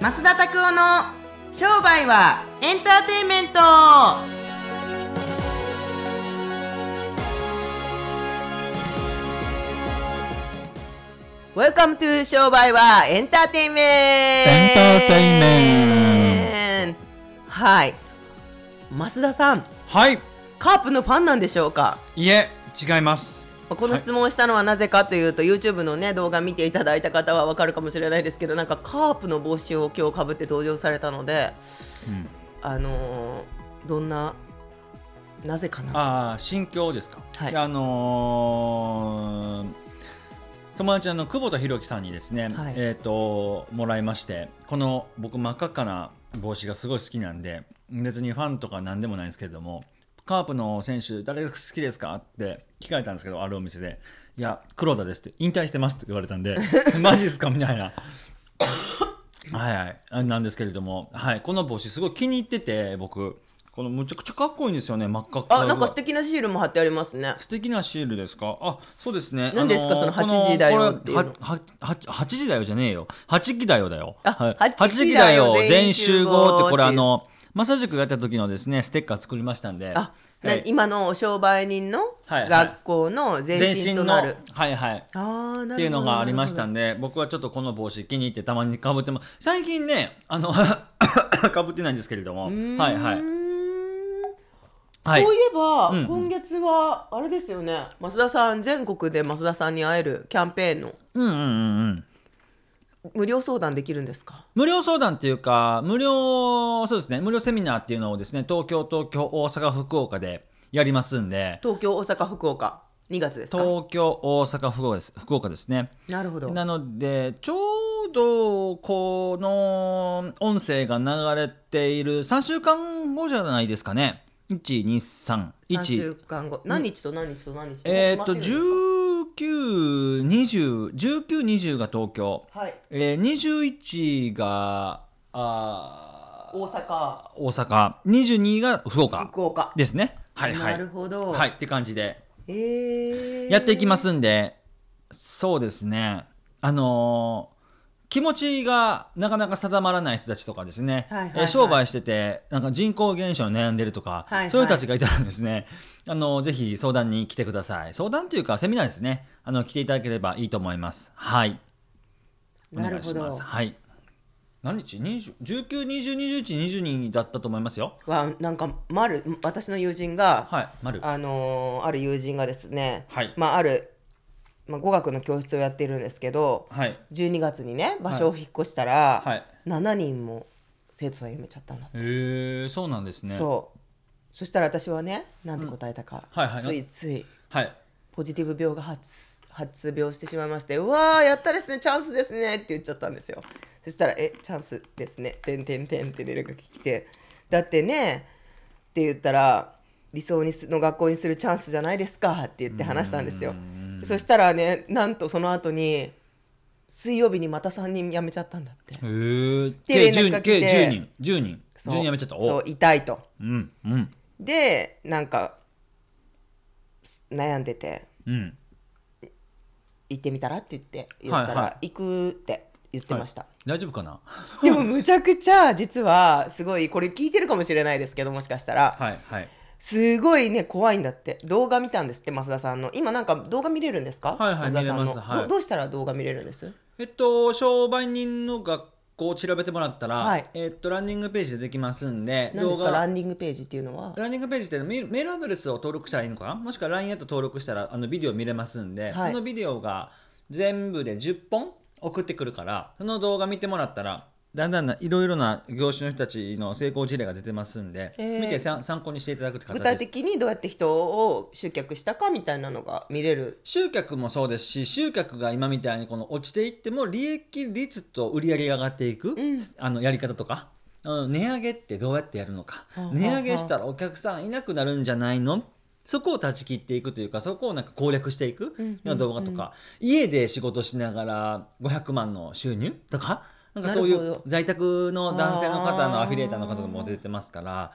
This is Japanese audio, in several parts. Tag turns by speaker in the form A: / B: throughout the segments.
A: 増田拓夫の商売はエンターテインメントウェルカムトゥ商売はエンターテインメント
B: エンターテインメ
A: ントはい増田さん
B: はい
A: カープのファンなんでしょうか
B: いえ違います
A: まあこの質問をしたのはなぜかというと、YouTube の、ね、動画見ていただいた方はわかるかもしれないですけどなんかカープの帽子を今日かぶって登場されたので、
B: ん
A: あのーどんななぜかな
B: ああ心境ですか
A: はい
B: あのー友達あの久保田博樹さんにですね、
A: はい
B: えっ、ともらいましてこの僕真っ赤っかな帽子がすごい好きなんで別にファンとか何でもないんですけれどもカープの選手誰が好きですかって聞かれたんですけどあるお店で「いや黒田です」って「引退してます」って言われたんで 「マジですか?」みたいなはいはいあ、なんですけれども、はい、この帽子すごい気に入ってて僕このむちゃくちゃかっこいいんですよね真っ赤っか
A: あなんか素敵なシールも貼ってありますね
B: 素敵なシールですかあそうですね
A: 何ですか
B: あのー
A: その8時だよっていうの
B: これははは8時だよじゃねえよ8期だよだよ
A: あ
B: はい
A: 8
B: 8期だよ
A: 8
B: 全集
A: 全集合っ
B: 合
A: ていう
B: ってこれあの正塾がやった時のですねステッカー作りましたんで
A: あ、な
B: はい
A: 今のお商売人の
B: はいはい
A: 学校の前
B: 全
A: 身と
B: 身の
A: なる、
B: はいはい
A: あーなるほど
B: っていうのがありました
A: なる
B: んで僕はちょっとこの帽子気に入ってたまにかぶっても最近ねあの かぶってないんですけれどもはいはい
A: ほど
B: はい
A: そういえば、
B: うん
A: 今月はあれですよね増田さん全国で増田さんに会えるキャンペーンの
B: うんうんうんうん
A: 無料相談できるんですか
B: 無料相談っていうか無料そうですね無料セミナーっていうのをですね東京東京大阪福岡でやりますんで
A: 東京大阪福岡2月ですか
B: 東京大阪福岡です福岡ですね
A: なるほど
B: なのでちょうどこの音声が流れている3週間後じゃないですかね
A: 3週
B: 1231
A: 間後何日と何日と何日
B: えーっと
A: 決まってるんです
B: 19201920が東京、
A: かはい
B: えー、21があー
A: 大阪
B: 大阪22が福岡
A: 福岡
B: ですねはいは
A: ないるほど
B: はいって感じで
A: えー
B: やっていきますんでそうですねあのー気持ちがなかなか定まらない人たちとかですね、
A: はいはいはい
B: えー商売しててなんか人口減少に悩んでると
A: は
B: か、
A: いはい
B: そういう人たちがいたらですねあのーぜひ相談に来てください相談というかセミナーですねあの来ていただければいいと思いますはいお
A: な
B: 願
A: る
B: い
A: ほ
B: し
A: ど
B: ますはい何日20 19202122だったと思いますよ
A: わなんか丸私の友人が、
B: はい丸
A: あのーある友人がですね、
B: はい
A: まあある、まあ、語学の教室をやっているんですけど
B: はい
A: 12月にね場所を引っ越したら、
B: はい
A: 7人も生徒さん辞めちゃったんだって、
B: へえそうなんですね
A: そうそしたら私はねなんて答えたか、
B: うんはいはい
A: ついつい
B: はい
A: ポジティブ病が発発病してしまいまして「うわーやったですねチャンスですね」って言っちゃったんですよそしたら「えチャンスですね」てんてんてんって連絡が来て「だってね」って言ったら「理想にすの学校にするチャンスじゃないですか」って言って話したんですよそしたらねなんとその後に水曜日にまた3人辞めちゃったんだって
B: へえ
A: で
B: 計
A: 連絡
B: 10
A: が来
B: 計
A: て
B: 10人10人
A: そ
B: 10
A: う
B: 人やめちゃったお
A: そう
B: う
A: 痛いと
B: んうん
A: でなんかす悩んでて
B: うん
A: 行ってみたらって言って言ったら、
B: はいは
A: 行くって言ってました、
B: 大丈夫かな
A: でもむちゃくちゃ実はすごいこれ聞いてるかもしれないですけどもしかしたら
B: はいはい
A: すごいね怖いんだって動画見たんですって増田さんの今なんか動画見れるんですか、
B: はいはい
A: 増田さんの
B: 見れますはい
A: どどうしたら動画見れるんです
B: えっと商売人の学校を調べてもらったら、
A: はい
B: えっとランニングページでできますんで
A: 何ですかラ
B: ラン
A: ンディングページっていうのは
B: ニングページってメメールアドレスを登録したらいいのかなもしくは LINE アット登録したらあのビデオ見れますんで、
A: はい
B: このビデオが全部で10本送ってくるからその動画見てもらったらだんだんいろいろな業種の人たちの成功事例が出てますんで、
A: えー
B: 見てさん参考にしていただくって形
A: 具
B: です
A: 体的にどうやって人を集客したかみたいなのが見れる
B: 集客もそうですし集客が今みたいにこの落ちていっても利益率と売り上げが上がっていく、あのやり方とか、うん、値上げってどうやってやるのか
A: はあ
B: 値上げしたらお客さんいなくなるんじゃないのそこを断ち切っていくというかそこをなんか攻略していくような動画とか、家で仕事しながら500万の収入とかなんかそうい
A: なるほ
B: う
A: ど
B: 在宅の男性の方のアフィリエーターの方も出てますから。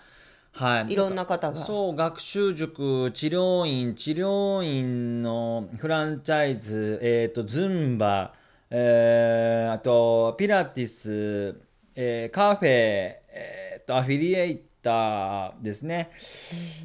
B: はい、
A: いろんな方が
B: そう学習塾治療院治療院のフランチャイズえっ、とズンバ、えーあとピラティスえーカフェ、えーっとアフィリエイターですね、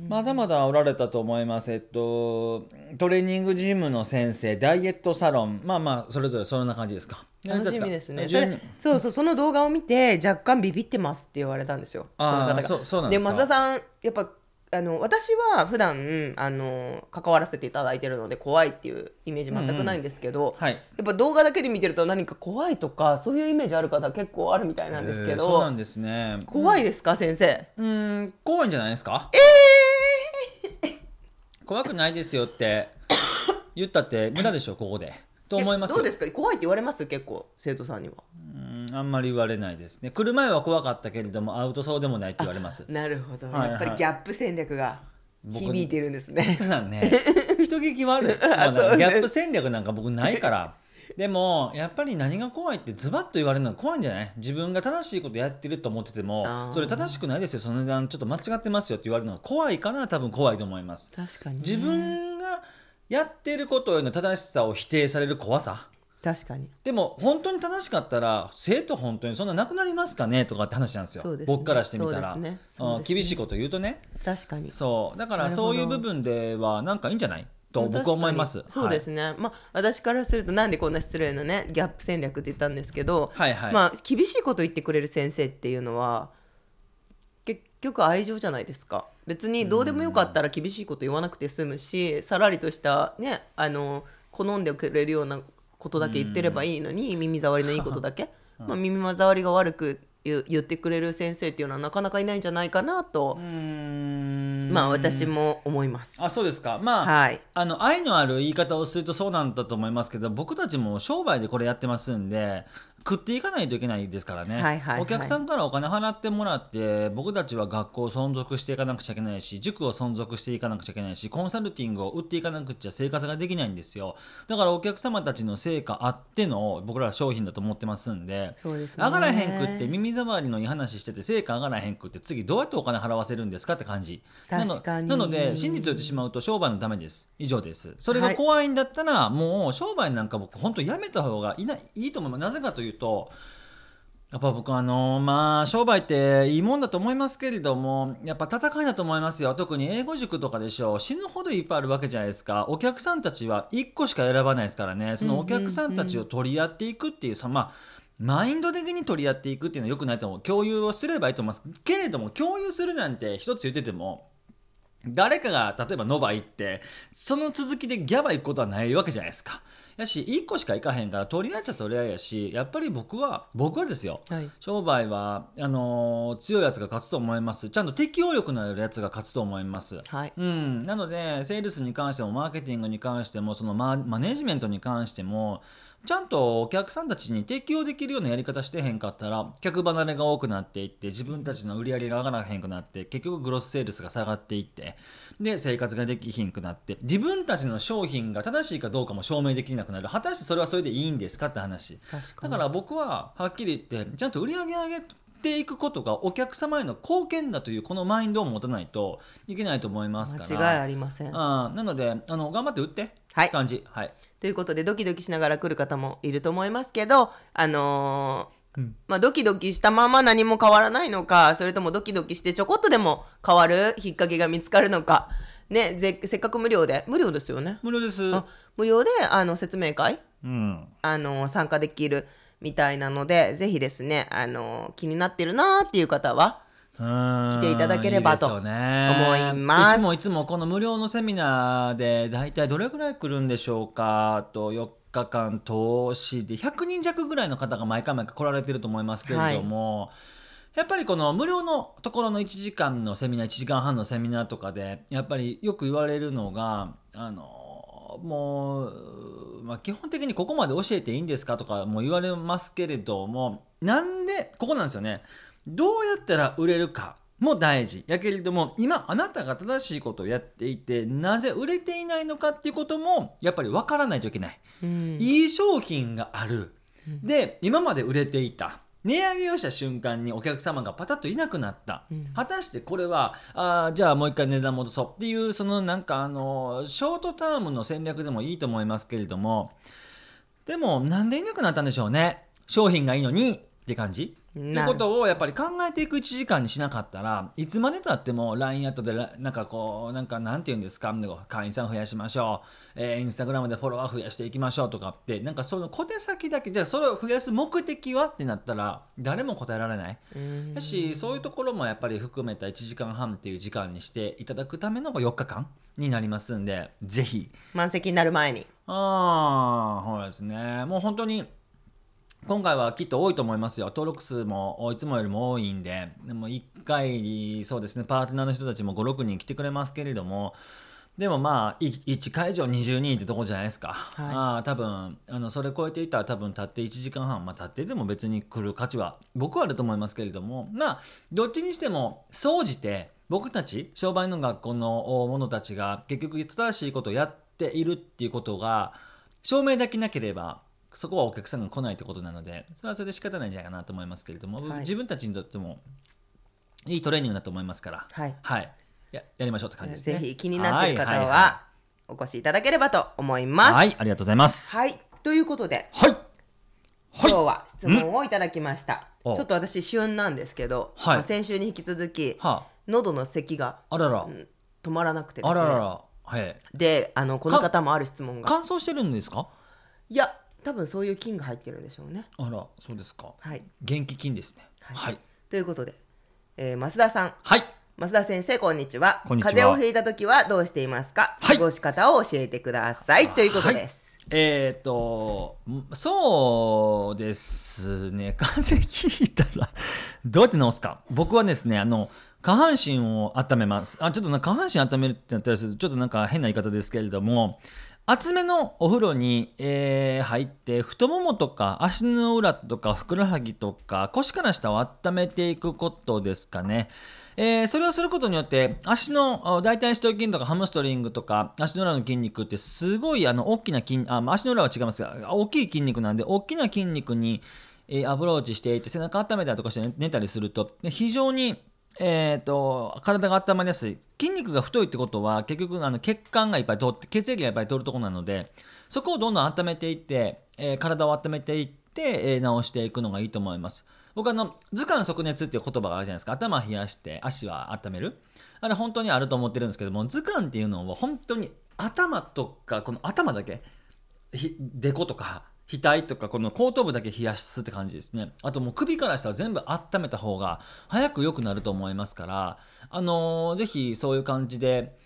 B: まだまだおられたと思います、えっと、トレーニングジムの先生ダイエットサロンまあまあそれぞれそんな感じですか
A: 楽しみですね。そ
B: 12
A: れそうそうその動画を見て若干ビビってますって言われたんですよ。その
B: あー
A: 方が。
B: そうそうなんで
A: です
B: か
A: 増田さんやっぱあの私は普段あの関わらせていただいてるので怖いっていうイメージ全くないんですけど、
B: はい
A: やっぱ動画だけで見てると何か怖いとかそういうイメージある方結構あるみたいなんですけ
B: えーそう
A: ど、
B: なんですね
A: 怖いですか先生？
B: うーん怖いんじゃないですか怖くないですよって言ったって無駄でしょここでと思います
A: え
B: よ
A: どうですか怖いって言われます結構生徒さんには。
B: うんあんまり言われないですね来る前は怖かったけれどもアウトそうでもないって言われます
A: なるほど、
B: はいはい
A: やっぱりギャップ戦略が
B: 僕
A: 響いてるんですね。
B: ちかさんね人聞き悪い、まあ
A: そうね
B: ギャップ戦略なんか僕ないからでもやっぱり何が怖いってズバッと言われるのが怖いんじゃない自分が正しいことやってると思ってて
A: あ
B: も
A: ー
B: それ正しくないですよその値段ちょっと間違ってますよって言われるのが怖いから多分怖いと思います
A: 確かにね
B: 自分がやってることへの正しさを否定される怖さ
A: 確かに
B: でも本当に正しかったら生徒本当にそんななくなりますかねとかって話なんですよ
A: そうですね
B: 僕からしてみたら
A: そうですねそう
B: うん
A: ですね
B: 厳しいこと言うとね
A: 確かに
B: そうだか
A: な
B: ら
A: るほど
B: そういう部分ではなんかいいんじゃないと
A: 確
B: 僕
A: か
B: は
A: に
B: 思います
A: そうですね、まあ私からするとなんでこんな失礼なねギャップ戦略って言ったんですけど、
B: はいはい、
A: まあ厳しいこと言ってくれる先生っていうのは結局愛情じゃないですか別にどうでもよかったら厳しいこと言わなくて済むしさらりとしたねあの好んでくれるようなことだけ言ってればいいのに耳障りのいいことだけ、 まあ、耳障りが悪く言言ってくれる先生っていうのはなかなかいないんじゃないかなと、
B: うーん
A: まあ私も思います。
B: あそうですかまあ、
A: はい
B: あの愛のある言い方をするとそうなんだと思いますけど僕たちも商売でこれやってますんで食っていかないといけないですからね、
A: はいはいはい
B: お客さんからお金払ってもらって僕たちは学校を存続していかなくちゃいけないし塾を存続していかなくちゃいけないしコンサルティングを売っていかなくちゃ生活ができないんですよだからお客様たちの成果あっての僕らは商品だと思ってますんで
A: そうですね
B: 上がらへんくって耳障りのいい話してて成果上がらへんくって次どうやってお金払わせるんですかって感じなの
A: 確かに
B: なので真実を言ってしまうと商売のためです以上ですそれが怖いんだったら、もう商売なんか僕本当やめた方がいないいいと思いますなぜかというとやっぱ僕あのまあ商売っていいもんだと思いますけれどもやっぱ戦いだと思いますよ特に英語塾とかでしょう死ぬほどいっぱいあるわけじゃないですかお客さんたちは1個しか選ばないですからねそのお客さんたちを取り合っていくっていうそのまあマインド的に取り合っていくっていうのは良くないと思う共有をすればいいと思いますけれども共有するなんて一つ言ってても誰かが例えばノバ行ってその続きでギャバ行くことはないわけじゃないですかやし1個しか行かへんから取り合っちゃ取り合いやしやっぱり僕は僕はですよ
A: はい
B: 商売はあのー強いやつが勝つと思いますちゃんと適応力のあるやつが勝つと思います
A: はい
B: うん、なのでセールスに関してもマーケティングに関してもそのママネジメントに関してもちゃんとお客さんたちに提供できるようなやり方してへんかったら客離れが多くなっていって自分たちの売り上げが上がらへんくなって結局グロスセールスが下がっていってで生活ができひんくなって自分たちの商品が正しいかどうかも証明できなくなる果たしてそれはそれでいいんですかって話
A: 確か
B: だ
A: に
B: から僕ははっきり言ってちゃんと売り上げ上げていくことがお客様への貢献だというこのマインドを持たないといけないと思いますから
A: 間違いありません。
B: うんなのであの頑張って売って、
A: はい
B: 感じはい
A: ということでドキドキしながら来る方もいると思いますけどあのーまあ、ドキドキしたまま何も変わらないのかそれともドキドキしてちょこっとでも変わる引っ掛けが見つかるのか、ね、ぜせっかく無料で無料ですよね
B: 無料です
A: あ無料であの説明会
B: うん
A: あの参加できるみたいなのでぜひですねあの気になってるなーっていう方は
B: 来
A: ていただければと
B: いですよね
A: 思います
B: いつもいつもこの無料のセミナーで大体どれくらい来るんでしょうかあと4日間通しで100人弱ぐらいの方が毎回毎回来られてると思いますけれども、やっぱりこの無料のところの1時間のセミナー1時間半のセミナーとかでやっぱりよく言われるのがあのもう、まあ、基本的にここまで教えていいんですかとかも言われますけれどもなんでここなんですよねどうやったら売れるかも大事やけれども今あなたが正しいことをやっていてなぜ売れていないのかっていうこともやっぱり分からないといけない。
A: うん
B: いい商品がある、で今まで売れていた値上げをした瞬間にお客様がパタッといなくなった、果たしてこれはあーじゃあもう一回値段戻そうっていうそのなんかあのショートタームの戦略でもいいと思いますけれどもでもなんでいなくなったんでしょうね商品がいいのにって感じって
A: な
B: こ
A: る
B: とをやっぱり考えていく1時間にしなかったらいつまでたっても LINE アットでらなんかこうなんかなんて言うんですか会員さん増やしましょう、えーインスタグラムでフォロワー増やしていきましょうとかってなんかその小手先だけじゃあそれを増やす目的はってなったら誰も答えられない
A: うん
B: だしそういうところもやっぱり含めた1時間半っていう時間にしていただくための4日間になりますんでぜひ
A: 満席になる前に
B: ああそうですねもう本当に今回はきっと多いと思いますよ登録数もいつもよりも多いんででも1回にそうですねパートナーの人たちも56人来てくれますけれどもでもまあ1会場20人ってとこじゃないですか、
A: い
B: ああ多分あのそれ超えていったら多分たって1時間半、まあ、たってでも別に来る価値は僕はあると思いますけれどもまあどっちにしても総じて僕たち商売の学校のお者たちが結局正しいことをやっているっていうことが証明できなければそこはお客さんが来ないってことなのでそれはそれで仕方ないんじゃないかなと思いますけれども、
A: はい
B: 自分たちにとってもいいトレーニングだと思いますから、
A: はい
B: はい、ややりましょうって感じですね。
A: ぜひ気になっている方
B: い
A: はお越しいただければと思います。
B: は
A: はい、
B: い、ありがとうございます。
A: ということで、
B: はい。は
A: 今
B: い
A: 日は質問をいただきました。ち
B: お
A: ょっと私旬なんですけど、
B: はい
A: まあ先週に引き続き、
B: は
A: 喉の咳が
B: あ、あらら、
A: 止まらなくてで
B: あ
A: すね。
B: ららら、はい。
A: で、あのこの方もある質問が、
B: 乾燥してるんですか。
A: いや、多分そういう菌が入ってるんでしょうね。
B: あら、そうですか。
A: はい。
B: 元気菌ですね。
A: い
B: はい。
A: ということで、えー増田さん、
B: はい。
A: 増田先生こんにちは。
B: こんにちは
A: 風邪をひいた時はどうしていますか。
B: はい
A: 過ごし方を教えてくださいということです。
B: えっ、と、んそうですね。 風邪ひいたら、どうやって治すか。僕はですね、あの、下半身を温めます。あ、ちょっとなんか下半身温めるってなったりすると、ちょっとなんか変な言い方ですけれども、厚めのお風呂に、えー入って太ももとか足の裏とかふくらはぎとか腰から下を温めていくことですかね、えーそれをすることによって足のあ大腿四頭筋とかハムストリングとか足の裏の筋肉ってすごいあの大きな筋あまあ足の裏は違いますが大きい筋肉なんで大きな筋肉に、えーアプローチしていって背中温めたりとかして寝たりするとで非常にえー、と体が温まりやすい筋肉が太いってことは結局あの血管がいっぱい通って血液がいっぱい通るところなのでそこをどんどん温めていって、えー体を温めていって、えー治していくのがいいと思います僕あの頭寒足熱っていう言葉があるじゃないですか頭冷やして足は温めるあれ本当にあると思ってるんですけども頭寒っていうのは本当に頭とかこの頭だけひでことか額とかこの後頭部だけ冷やすって感じですねあともう首から下は全部温めた方が早く良くなると思いますからあのーぜひそういう感じで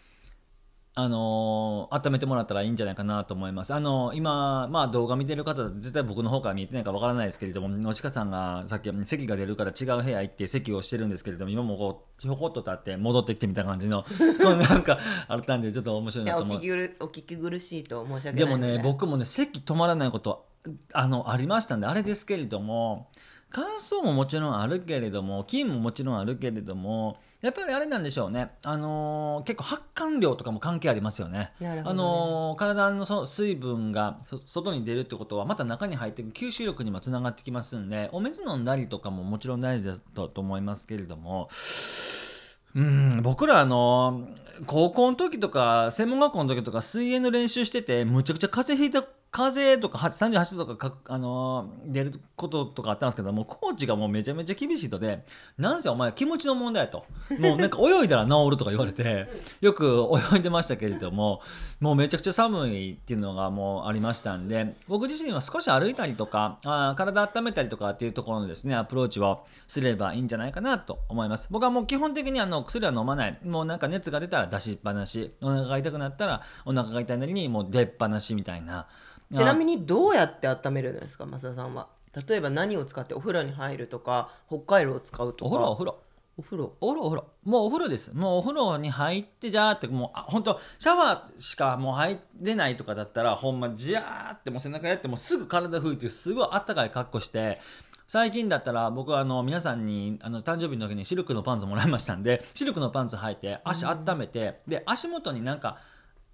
B: あのー温めてもらったらいいんじゃないかなと思います。あのー今、まあ、動画見てる方、絶対僕の方から見えてないかわからないですけれども、のちかさんがさっき席が出るから違う部屋行って席をしてるんですけれども、今もこう、ひょこっと立って戻ってきてみた感じの、 こうなんかあったんで、ちょっと面白い
A: い
B: な
A: や
B: と
A: お
B: 思う
A: 聞き苦お聞き苦しいと申し訳ない
B: でも
A: の
B: ね僕もね席止まらないことあのありましたんであれですけれども感想ももちろんあるけれども菌ももちろんあるけれどもやっぱりあれなんでしょうね、あのー結構発汗量とかも関係ありますよね。
A: なるほどね
B: あのー体のそ水分がそ外に出るってことはまた中に入っていく吸収力にもつながってきますんでお水飲んだりとかももちろん大事だとと思いますけれどもうん僕らあの高校の時とか専門学校の時とか水泳の練習しててむちゃくちゃ風邪ひいた風邪とかは38度とかか、あのー出ることとかあったんですけどもうコーチがもうめちゃめちゃ厳しい人で「なんせお前気持ちの問題や」と「もうなんか泳いだら治る」とか言われてよく泳いでましたけれどももうめちゃくちゃ寒いっていうのがもうありましたんで僕自身は少し歩いたりとかあー体温めたりとかっていうところのですねアプローチをすればいいんじゃないかなと思います僕はもう基本的にあの薬は飲まないもうなんか熱が出たら出しっぱなしお腹が痛くなったらお腹が痛いなりにもう出っぱなしみたいな
A: ちなみにどうやって温めるんですか増田さんは例えば何を使ってお風呂に入るとか北海道を使うと
B: お
A: か
B: 風呂お風呂
A: お風呂
B: お風呂お風呂もうお風呂ですもうお風呂に入ってじゃーってもうあ本当シャワーしかもう入れないとかだったらほんまじゃーってもう背中やってもうすぐ体拭いてすごいあったかい格好して最近だったら僕はあの皆さんにあの誕生日の時にシルクのパンツもらいましたんでシルクのパンツ履いて足温めて、で足元になんか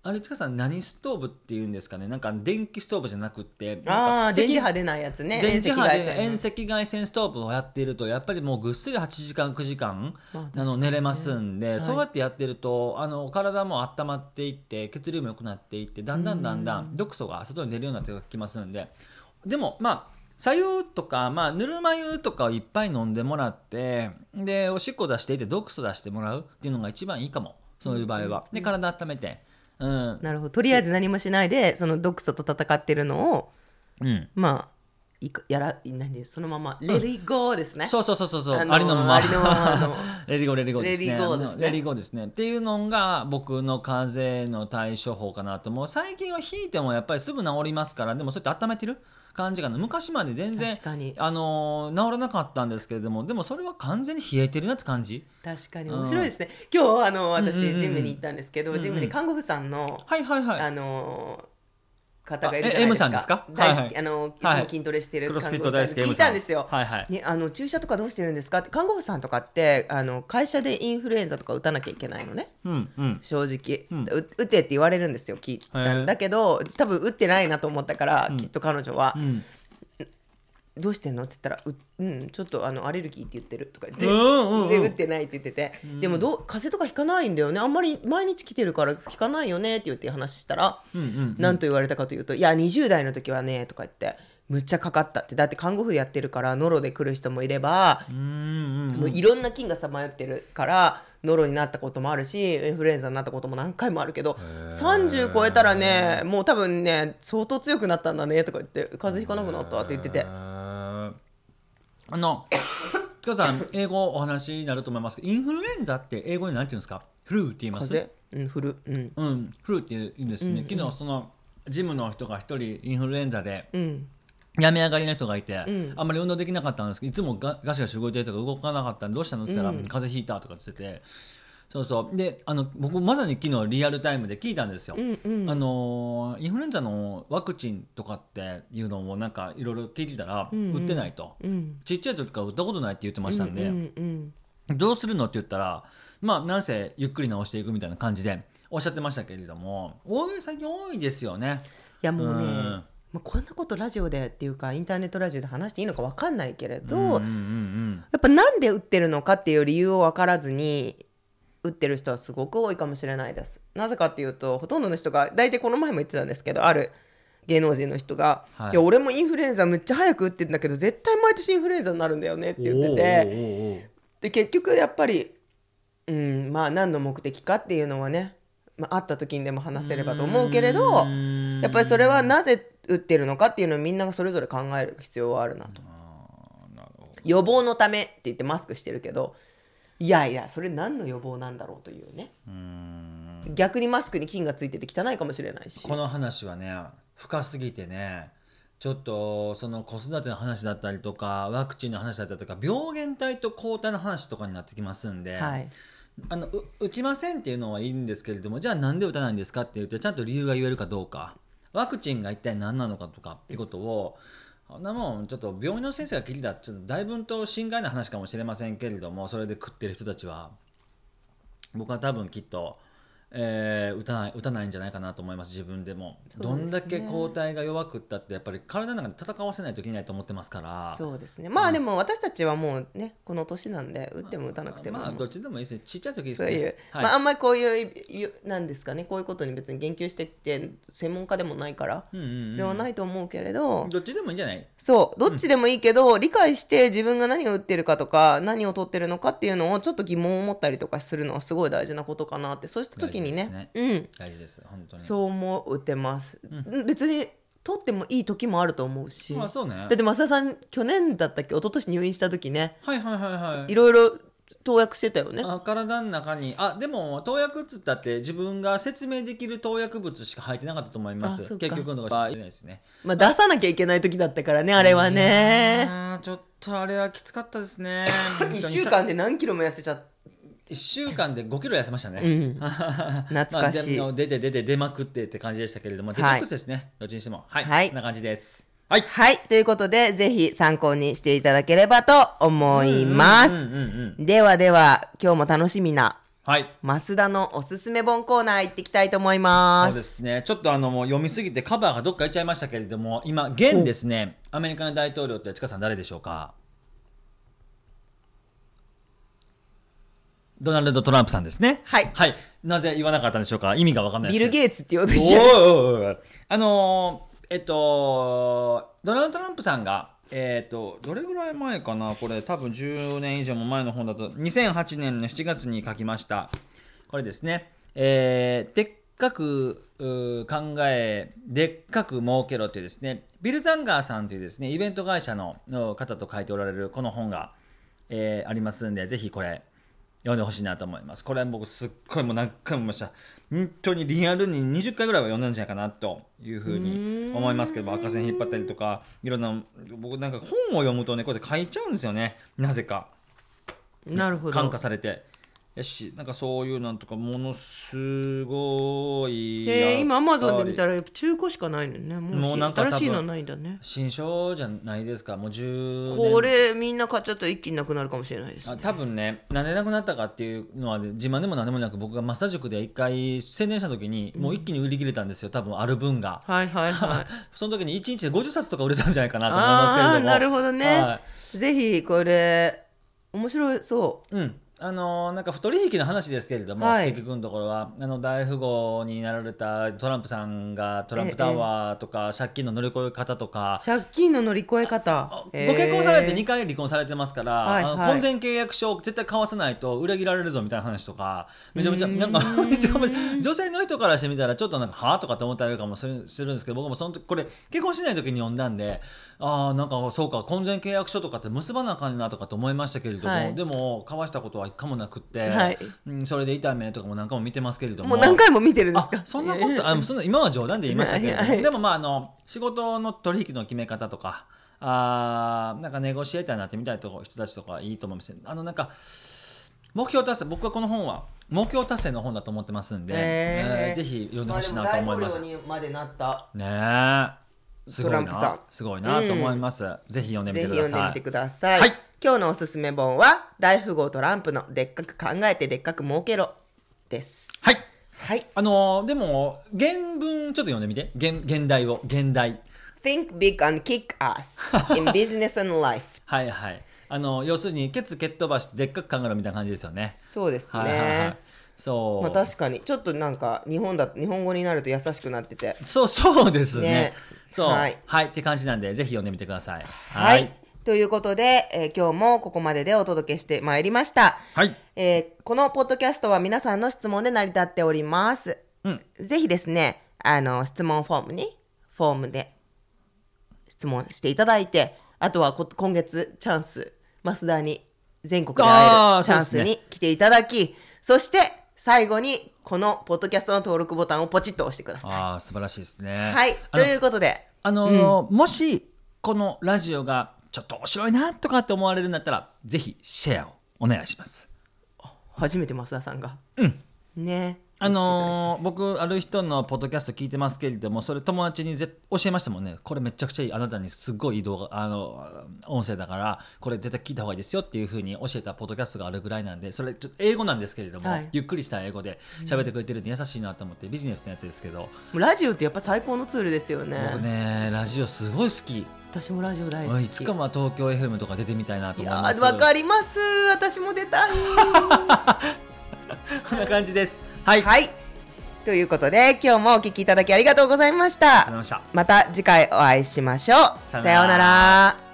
B: あれちかさん何ストーブっていうんですかねなんか電気ストーブじゃなくってなんか
A: ああー電
B: 赤
A: 磁波出ないやつね
B: 電磁波
A: 遠赤外線の
B: で遠赤外線ストーブをやっているとやっぱりもうぐっすり8時間9時間
A: まあ確か
B: あ
A: に
B: の
A: ね
B: 寝れますんで、
A: い
B: そうやってやってるとあの体も温まっていって血流も良くなっていってだんだんだんだん毒素が外に出るようになってきますんででもまあ左右とか、まあ、ぬるま湯とかをいっぱい飲んでもらってでおしっこ出していて毒素出してもらうっていうのが一番いいかもそういう場合は。で体温めて、うん
A: なるほどとりあえず何もしないでその毒素と戦ってるのを
B: うん、
A: まあいくやら何でそのまま「レディーゴー」ですね、
B: そうそうそうそうそう、
A: あのー
B: ありのまま
A: ありのままの
B: レディゴレディゴですね
A: レディゴですね
B: レディゴですねっていうのが僕の風邪の対処法かなと思う最近は引いてもやっぱりすぐ治りますからでもそうやって温めてる感じがな昔まで全然
A: 確かに
B: あのー治らなかったんですけれどもでもそれは完全に冷えてるなって感じ
A: 確かに
B: うん
A: 面白いですね、今日あの
B: うんうんう
A: 私
B: ん
A: ジムに行ったんですけど、
B: うんうん
A: ジムに看護婦さんの、
B: はいはいは
A: あ
B: い
A: の方がいるじゃない
B: M
A: ですか
B: さんですか
A: 大好き、
B: はいはい
A: あのいつ
B: はい
A: も筋トレしてる
B: ク
A: 看護婦
B: ロス
A: さん
B: フィ
A: に
B: ット大好き M さん
A: 聞いたんですよ、
B: はいはい
A: ね、あの注射とかどうしてるんですかって看護婦さんとかってあの会社でインフルエンザとか打たなきゃいけないのね
B: うんうん
A: 正直、
B: うん
A: う打てって言われるんですよ聞い
B: へー
A: だけど多分打ってないなと思ったから、
B: うん
A: きっと彼女は
B: う、ん
A: どうしてんの?」って言ったら「ううんちょっとあのアレルギーって言ってる」とか言って、
B: うんうんうん
A: で打ってないって言ってて、でもどう風邪とかひかないんだよねあんまり毎日来てるからひかないよねって言って話したら、
B: うんうん
A: なんと言われたかというと「いや20代の時はね」とか言って「むっちゃかかった」ってだって看護婦やってるからノロで来る人もいれば、
B: うんうん
A: もういろんな菌がさまよってるからノロになったこともあるしインフルエンザになったことも何回もあるけど30超えたらねもう多分ね相当強くなったんだねとか言って「風邪ひかなくなった」って言ってて。
B: あの 今日さん英語お話になると思いますけどインフルエンザって英語に何て言うんですかフルーって言います
A: 風うん振るうん
B: うんフルーって言うんですね、昨日そのジムの人が一人インフルエンザで
A: うん
B: 病み上がりの人がいて、
A: ん
B: あんまり運動できなかったんですけどいつもガガシガシ動いてるとか動かなかったんでどうしたのって言ったら、風邪ひいたとかって言っててそうそうであの僕まさに昨日リアルタイムで聞いたんですよ、
A: うんうん
B: あのーインフルエンザのワクチンとかっていうのもなんかいろいろ聞いてたら
A: んうん
B: 打ってないと、
A: うん
B: ちっちゃい時から打ったことないって言ってましたんで、
A: うんうん
B: どうするのって言ったらまあなんせゆっくり治していくみたいな感じでおっしゃってましたけれども多い最近多いですよね。
A: いやもうね、
B: うん
A: まあ、こんなことラジオでっていうかインターネットラジオで話していいのかわかんないけれど、
B: うんうんうん
A: やっぱなんで打ってるのかっていう理由を分からずに打ってる人はすごく多いかもしれないですなぜかっていうとほとんどの人が大体この前も言ってたんですけどある芸能人の人が、
B: はい
A: い、や俺もインフルエンザむっちゃ早く打ってんだけど絶対毎年インフルエンザになるんだよねって言ってて。
B: おーおーおー
A: で結局やっぱり、うん、まあ何の目的かっていうのはね、まあ、会った時にでも話せればと思うけれどやっぱりそれはなぜ打ってるのかっていうのをみんながそれぞれ考える必要はあるなと。予防のためって言ってマスクしてるけどいやいやそれ何の予防なんだろうというね
B: うーん
A: 逆にマスクに菌がついてて汚いかもしれないし
B: この話はね深すぎてねちょっとその子育ての話だったりとかワクチンの話だったりとか病原体と抗体の話とかになってきますんで、
A: はい、
B: あのう打ちませんっていうのはいいんですけれどもじゃあなんで打たないんですかって言ってちゃんと理由が言えるかどうかワクチンが一体何なのかとかってことをあんなもんちょっと病院の先生が聞いたらちょっとだいぶんと心外な話かもしれませんけれどもそれで食ってる人たちは僕は多分きっと、えー打たない打たないんじゃないかなと思います自分でも
A: そう
B: ど
A: で
B: ん
A: すね
B: だけ抗体が弱くったってやっぱり体の中で戦わせないといけないと思ってますから
A: そうですねまあでも私たちはもうねこの年なんで打っても打たなくても
B: まあどっちでもいいですねちっちゃい時です
A: そう
B: ね
A: いう、
B: はい
A: まああんまりこういういいなんですかねこういうことに別に言及してきて専門家でもないから
B: うんうんうん
A: 必要はないと思うけれど、
B: どっちでもいいんじゃない
A: そうどっちでもいいけど、理解して自分が何を打ってるかとか何を取ってるのかっていうのをちょっと疑問を持ったりとかするのはすごい大事なことかなってそうした時にね
B: 大
A: うん
B: 大事です本当に
A: そう思ってます、別に取ってもいい時もあると思うし、
B: まあそうね
A: だって増田さん去年だったっけ一昨年入院した時ね
B: はいはいはいはい
A: いろいろ投薬してたよね
B: あ体の中にあでも投薬っつったって自分が説明できる投薬物しか入ってなかったと思います
A: あそっか
B: 結局のところは入れないですね
A: まあ出さなきゃいけない時だったからねあれはね
B: あちょっとあれはきつかったで すね
A: 一週間で何キロも痩せちゃっ
B: 1週間で5キロ痩せましたね、
A: ん懐
B: まあ
A: かしい、
B: でも出て出て出まくってって感じでしたけれども、デトックスですねどっちにしてもはい、
A: はい
B: こんな感じですはい
A: はいということでぜひ参考にしていただければと思います、
B: うんうんうん
A: ではでは今日も楽しみな
B: はい
A: 増田のおすすめ本コーナー行ってきたいと思いま
B: そう
A: す
B: ですねちょっとあのもう読みすぎてカバーがどっか行っちゃいましたけれども今現ですねアメリカの大統領って近さん誰でしょうかドナルド・トランプさんですね
A: はい
B: はい、なぜ言わなかったんでしょうか意味が分かんない
A: ビル・
B: です
A: ゲイツって言おうと
B: け
A: し
B: ど
A: ちゃう
B: おいおいおいおいあのーえっとドナルド・トランプさんがえっ、とどれぐらい前かなこれ多分10年以上も前の本だと2008年の7月に書きましたこれですねえーでっかくうー考えでっかく儲けろというですねビル・ザンガーさんというですねイベント会社のの方と書いておられるこの本が、えーありますんでぜひこれ読んでほしいなと思いますこれ僕すっごいもう何回も見ました本当にリアルに20回ぐらいは読んだんじゃないかなというふうに思いますけど赤線引っ張ったりとかいろんな僕なんか本を読むとねこうやって書いちゃうんですよねなぜか
A: なるほど
B: 感化されてやしなんかそういうなんとかものすごいやっぱ
A: え
B: り
A: ー、今アマゾンで見たらやっぱ中古しかないのよねもう
B: もうなんか多分
A: 新しいのはないんだね
B: 新書じゃないですかもう10年
A: これみんな買っちゃったら一気になくなるかもしれないです
B: あ
A: ね
B: 多分ねなんでなくなったかっていうのは自慢でも何でもなく僕がマスタ塾で一回宣伝した時にもう一気に売り切れたんですよ多分ある分が、
A: はいはいはい
B: その時に1日で50冊とか売れたんじゃないかなと思いますけれ
A: あ
B: ど
A: あー
B: も
A: なるほどね、
B: は
A: ぜひこれ面白いそ
B: いうんあのーなんか不取引の話ですけれども、
A: はい
B: 結局のところはあの大富豪になられたトランプさんがトランプタワーとか借金の乗り越え方とか
A: う、借金の乗り越え方
B: ご結婚されて2
A: に
B: 回離婚されてますから、
A: はい
B: あの
A: はい
B: 婚前契約書を絶対交わさないと裏切られるぞみたいな話とかめちゃめちゃなんか めちゃめちゃ女性の人からしてみたらちょっとなんかはあとかって思ったりとかもするするんですけど僕もその時これ結婚しない時に読んだんでああなんかそうか婚前契約書とかって結ばなあかんなとかと思いましたけれども、
A: はい
B: でも交わしたことは一回もなくって、
A: はい
B: うん、それで痛い目とかも何回も見てますけれども。
A: もう何回も見てるんですか
B: あそんなことあそんな今は冗談で言いましたけれども、
A: はいはい
B: でもまああの仕事の取引の決め方とかあーなんかネゴシエーターになってみたいとこ人たちとかいいと思いますあのなんか目標達成僕はこの本は目標達成の本だと思ってますんで、
A: へー
B: えーぜひ読んでほしいなと思います、
A: あでも大統領にまでなった
B: ねえすごい
A: トランプさ
B: なんすごいなと思います、ぜひ読んでみ
A: ぜひ
B: てく
A: 読ん
B: だ
A: で
B: さ
A: み
B: い
A: てください、
B: はい
A: 今日のおすすめ本は大富豪トランプのでっかく考えてでっかく儲けろです
B: はい
A: はい
B: あのーでも原文ちょっと読んでみて原現代を現代
A: Think big and kick ass in business and life
B: はいはいあの要するにケツ蹴っ飛ばしてでっかく考えろみたいな感じですよね
A: そうですね、
B: はいはいはいそう、
A: まあ確かにちょっとなんか日本だ日本語になると優しくなってて
B: そう そうですね
A: ね
B: そうは
A: はいい、
B: って感じなんでぜひ読んでみてください
A: はい、ということで、えー今日もここまででお届けしてまいりました、
B: はい
A: えーこのポッドキャストは皆さんの質問で成り立っております、
B: うん
A: ぜひですねあの質問フォームにフォームで質問していただいてあとはこ今月チャンス増田に全国で
B: あ
A: 会え
B: ー
A: るチャンス
B: そうです
A: に来ていただきそ,、して最後にこのポッドキャストの登録ボタンをポチッと押してください
B: ああ素晴らしいですね
A: はい
B: あ
A: と
B: の
A: いうことで
B: あのーもしこのラジオがちょっと面白いなとかって思われるんだったらぜひシェアをお願いします
A: 初めて増田さんがね
B: あのー僕ある人のポッドキャスト聞いてますけれどもそれ友達にぜ教えましたもんねこれめちゃくちゃいいあなたにすっごいいい動画あの音声だからこれ絶対聞いた方がいいですよっていうふうに教えたポッドキャストがあるぐらいなんでそれちょっと英語なんですけれども、
A: はい
B: ゆっくりした英語で喋ってくれてるんで優しいなと思ってビジネスのやつですけど
A: もうラジオってやっぱ最高のツールですよね
B: 僕ねラジオすごい好き
A: 私もラジオ大好
B: い
A: き
B: つかまあ東京 FM とか出てみたいなと
A: い
B: 思い
A: や
B: ます
A: ーわかります私も出たい
B: こんな感じですはい、ありがとう
A: はいということで今日もお聞きいただきありがとうございまし
B: ござい
A: た
B: ました
A: また次回お会いしましょう
B: さようなら
A: さようなら